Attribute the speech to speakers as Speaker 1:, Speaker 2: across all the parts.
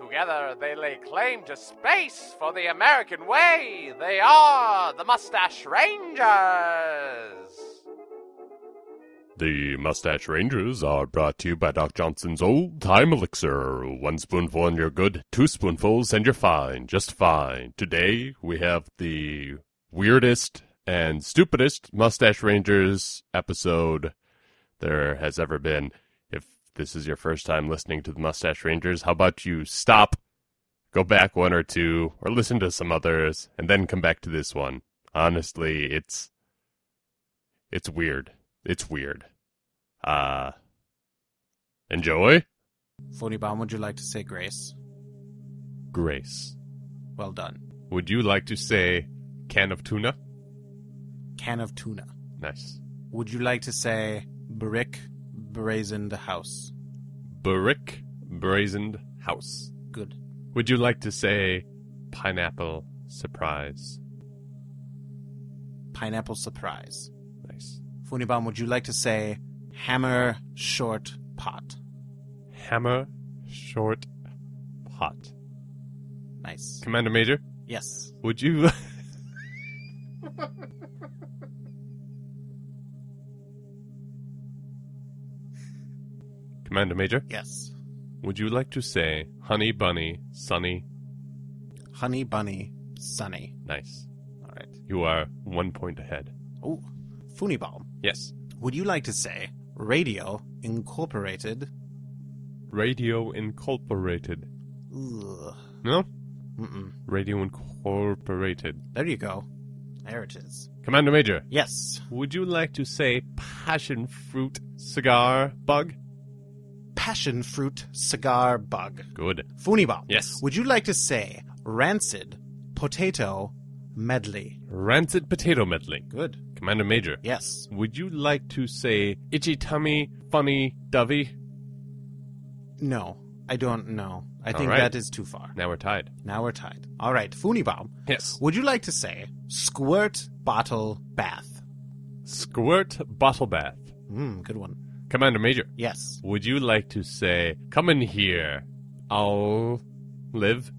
Speaker 1: Together they lay claim to space for the American way. They are the Mustache Rangers.
Speaker 2: The Mustache Rangers are brought to you by Doc Johnson's Old Time Elixir. One spoonful and you're good, two spoonfuls and you're fine, just fine. Today we have the weirdest and stupidest Mustache Rangers episode there has ever been. If this is your first time listening to the Mustache Rangers, how about you stop, go back one or two, or listen to some others, and then come back to this one? Honestly, it's it's weird. It's weird. Uh enjoy
Speaker 3: Funibaum, would you like to say grace?
Speaker 2: Grace.
Speaker 3: Well done.
Speaker 2: Would you like to say can of tuna?
Speaker 3: Can of tuna.
Speaker 2: Nice.
Speaker 3: Would you like to say brick brazened house?
Speaker 2: Brick brazened house.
Speaker 3: Good.
Speaker 2: Would you like to say pineapple surprise?
Speaker 3: Pineapple surprise.
Speaker 2: Nice.
Speaker 3: Funibaum, would you like to say hammer short pot?
Speaker 2: Hammer short pot.
Speaker 3: Nice.
Speaker 2: Commander Major,
Speaker 3: Yes.
Speaker 2: would you Commander Major,
Speaker 3: Yes.
Speaker 2: would you like to say honey bunny sunny
Speaker 3: Honey bunny sunny.
Speaker 2: Nice.
Speaker 3: All right.
Speaker 2: You are one point ahead.
Speaker 3: Oh, Funibaum,
Speaker 2: Yes.
Speaker 3: would you like to say radio incorporated?
Speaker 2: Radio Incorporated.
Speaker 3: Ugh.
Speaker 2: No?
Speaker 3: Mm-mm.
Speaker 2: Radio Incorporated.
Speaker 3: There you go. There it is.
Speaker 2: Commander Major,
Speaker 3: Yes.
Speaker 2: would you like to say passion fruit cigar bug?
Speaker 3: Passion fruit cigar bug.
Speaker 2: Good.
Speaker 3: Funibom.
Speaker 2: Yes.
Speaker 3: Would you like to say rancid potato medley?
Speaker 2: Rancid potato medley.
Speaker 3: Good.
Speaker 2: Commander Major,
Speaker 3: Yes.
Speaker 2: would you like to say itchy tummy funny dovey?
Speaker 3: No, I don't know. I
Speaker 2: All
Speaker 3: think
Speaker 2: right.
Speaker 3: that is too far.
Speaker 2: Now we're tied.
Speaker 3: Now we're tied. All right, Funibom.
Speaker 2: Yes.
Speaker 3: Would you like to say squirt bottle bath?
Speaker 2: Squirt bottle bath.
Speaker 3: Hmm, good one.
Speaker 2: Commander Major,
Speaker 3: Yes.
Speaker 2: would you like to say come in here? I'll live?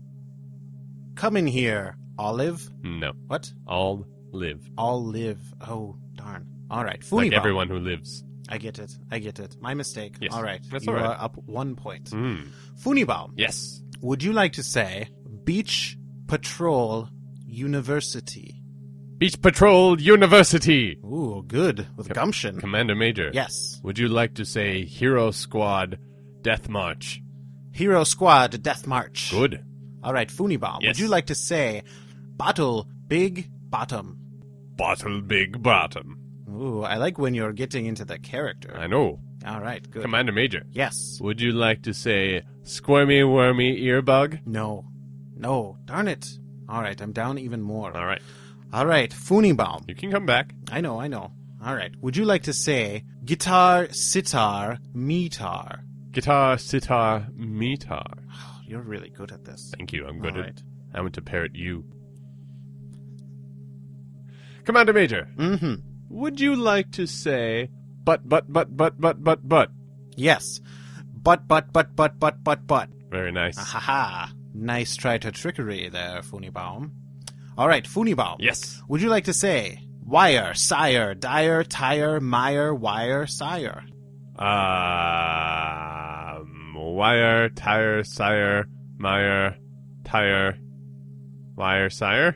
Speaker 3: Come in here, Olive.
Speaker 2: No.
Speaker 3: What?
Speaker 2: all live.
Speaker 3: Olive. Oh, darn. All right, Funibom.
Speaker 2: Like everyone who lives.
Speaker 3: I get it. I get it. My mistake.
Speaker 2: Yes.
Speaker 3: All right.
Speaker 2: That's
Speaker 3: you
Speaker 2: all right.
Speaker 3: are up one point.
Speaker 2: Mm.
Speaker 3: Funibom.
Speaker 2: Yes.
Speaker 3: Would you like to say Beach Patrol University?
Speaker 2: Beach Patrol University!
Speaker 3: Ooh, good. With
Speaker 2: Yep.
Speaker 3: gumption.
Speaker 2: Commander Major.
Speaker 3: Yes.
Speaker 2: Would you like to say Hero Squad Death March?
Speaker 3: Hero Squad Death March.
Speaker 2: Good.
Speaker 3: All right, Funibom.
Speaker 2: Yes.
Speaker 3: Would you like to say Bottle Big Bottom?
Speaker 2: Bottle Big Bottom.
Speaker 3: Ooh, I like when you're getting into the character.
Speaker 2: I know.
Speaker 3: All right, good.
Speaker 2: Commander Major.
Speaker 3: Yes.
Speaker 2: Would you like to say Squirmy Wormy Earbug?
Speaker 3: No. No. Darn it. All right, I'm down even more.
Speaker 2: All right.
Speaker 3: All right, Funibom.
Speaker 2: You can come back.
Speaker 3: I know, I know. All right. Would you like to say guitar, sitar, metar?
Speaker 2: Guitar, sitar, metar.
Speaker 3: Oh, you're really good at this.
Speaker 2: Thank you. I'm good
Speaker 3: All
Speaker 2: at
Speaker 3: right.
Speaker 2: I want to parrot you. Commander Major.
Speaker 3: Mm-hmm.
Speaker 2: Would you like to say but but but but but but but?
Speaker 3: Yes. But, but, but, but, but, but, but.
Speaker 2: Very nice.
Speaker 3: Ah, Ha ha. Nice try to trickery there, Funibaum. All right, Funibaum.
Speaker 2: Yes.
Speaker 3: Would you like to say wire, sire, dire, tire, mire, wire, sire?
Speaker 2: Um, wire, tire, sire, mire, tire, wire, sire.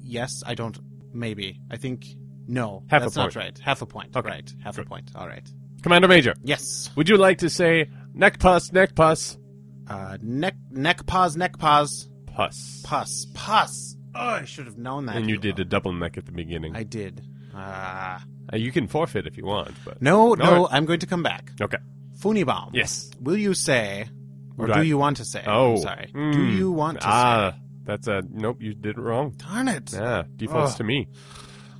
Speaker 3: Yes, I don't. Maybe. I think. No.
Speaker 2: Half a
Speaker 3: that's
Speaker 2: point.
Speaker 3: not right. Half a point.
Speaker 2: Okay.
Speaker 3: Right. Half a
Speaker 2: Good.
Speaker 3: point. All right.
Speaker 2: Commander Major,
Speaker 3: Yes.
Speaker 2: would you like to say neck pus, neck pus,
Speaker 3: Uh, neck, neck pause, neck pause.
Speaker 2: pus?
Speaker 3: Pus, pus. Oh, I should have known that.
Speaker 2: And you did a double neck at the beginning.
Speaker 3: I did. Ah.
Speaker 2: Uh, you can forfeit if you want, but
Speaker 3: no, no,
Speaker 2: All
Speaker 3: I'm going to come back.
Speaker 2: okay.
Speaker 3: Funibom.
Speaker 2: Yes.
Speaker 3: Will you say, or
Speaker 2: Would
Speaker 3: do
Speaker 2: I-
Speaker 3: you want to say?
Speaker 2: Oh,
Speaker 3: I'm sorry. Do
Speaker 2: mm.
Speaker 3: you want to
Speaker 2: ah, That's a nope. You did it wrong.
Speaker 3: Darn it.
Speaker 2: Yeah, defaults
Speaker 3: Ugh.
Speaker 2: to me.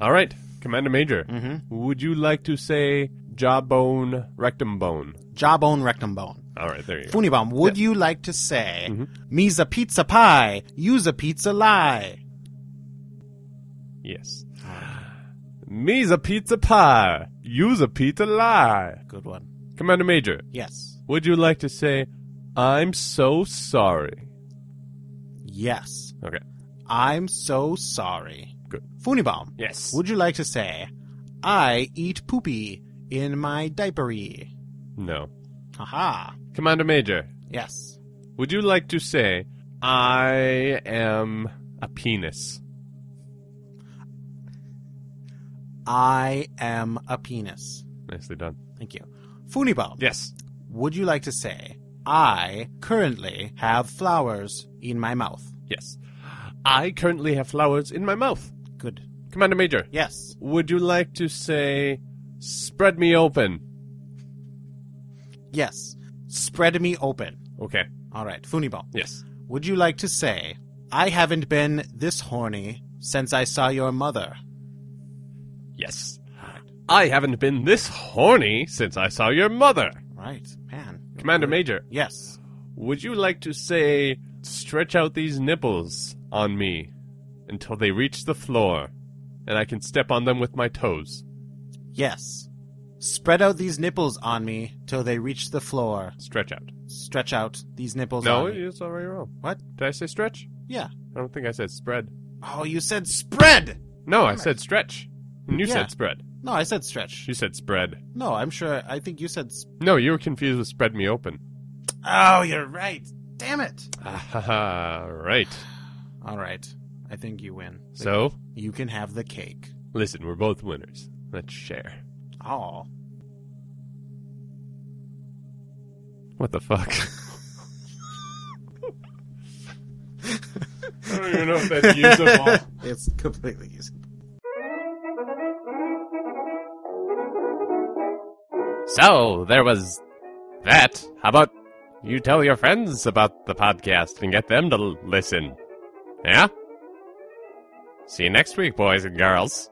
Speaker 2: All right, Commander Major.
Speaker 3: Mhm.
Speaker 2: Would you like to say jawbone, rectum bone?
Speaker 3: Jawbone, rectum bone.
Speaker 2: All right, there you go.
Speaker 3: Funibom, would you like to say,
Speaker 2: Mm-hmm.
Speaker 3: me's a pizza pie, you's a pizza lie?
Speaker 2: Yes. Me's a pizza pie. You's a pizza lie.
Speaker 3: Good one.
Speaker 2: Commander Major,
Speaker 3: Yes.
Speaker 2: would you like to say, I'm so sorry?
Speaker 3: Yes.
Speaker 2: Okay.
Speaker 3: I'm so sorry.
Speaker 2: Good.
Speaker 3: Funibom,
Speaker 2: Yes.
Speaker 3: would you like to say, I eat poopy in my diapery?
Speaker 2: No.
Speaker 3: Haha.
Speaker 2: Commander Major,
Speaker 3: Yes.
Speaker 2: would you like to say, I am a penis?
Speaker 3: I am a penis.
Speaker 2: Nicely done.
Speaker 3: Thank you. Funibom,
Speaker 2: Yes.
Speaker 3: would you like to say, I currently have flowers in my mouth?
Speaker 2: Yes. I currently have flowers in my mouth.
Speaker 3: Good.
Speaker 2: Commander Major,
Speaker 3: Yes.
Speaker 2: would you like to say, spread me open?
Speaker 3: Yes. Spread me open.
Speaker 2: Okay.
Speaker 3: All right. Funibom.
Speaker 2: Yes.
Speaker 3: Would you like to say, I haven't been this horny since I saw your mother?
Speaker 2: Yes. I haven't been this horny since I saw your mother.
Speaker 3: Right, man.
Speaker 2: Commander Major,
Speaker 3: Yes.
Speaker 2: would you like to say, stretch out these nipples on me until they reach the floor and I can step on them with my toes?
Speaker 3: Yes. Spread out these nipples on me till they reach the floor.
Speaker 2: Stretch out.
Speaker 3: Stretch out these nipples
Speaker 2: No,
Speaker 3: on me.
Speaker 2: it's already wrong.
Speaker 3: What?
Speaker 2: Did I say stretch?
Speaker 3: Yeah.
Speaker 2: I don't think I said spread.
Speaker 3: Oh, you said spread!
Speaker 2: No, I said stretch. And you
Speaker 3: Yeah.
Speaker 2: said spread.
Speaker 3: No, I said stretch.
Speaker 2: You said spread.
Speaker 3: No, I'm sure. I think you said. Sp-
Speaker 2: No, you were confused with spread me open.
Speaker 3: oh, you're right. Damn it.
Speaker 2: Ah, right.
Speaker 3: All right. I think you win.
Speaker 2: So,
Speaker 3: You can have the cake.
Speaker 2: listen, we're both winners. Let's share.
Speaker 3: Oh.
Speaker 2: What the fuck? I don't even know if that's usable.
Speaker 3: It's completely usable.
Speaker 2: So, there was that. How about you tell your friends about the podcast and get them to l- listen? Yeah? See you next week, boys and girls.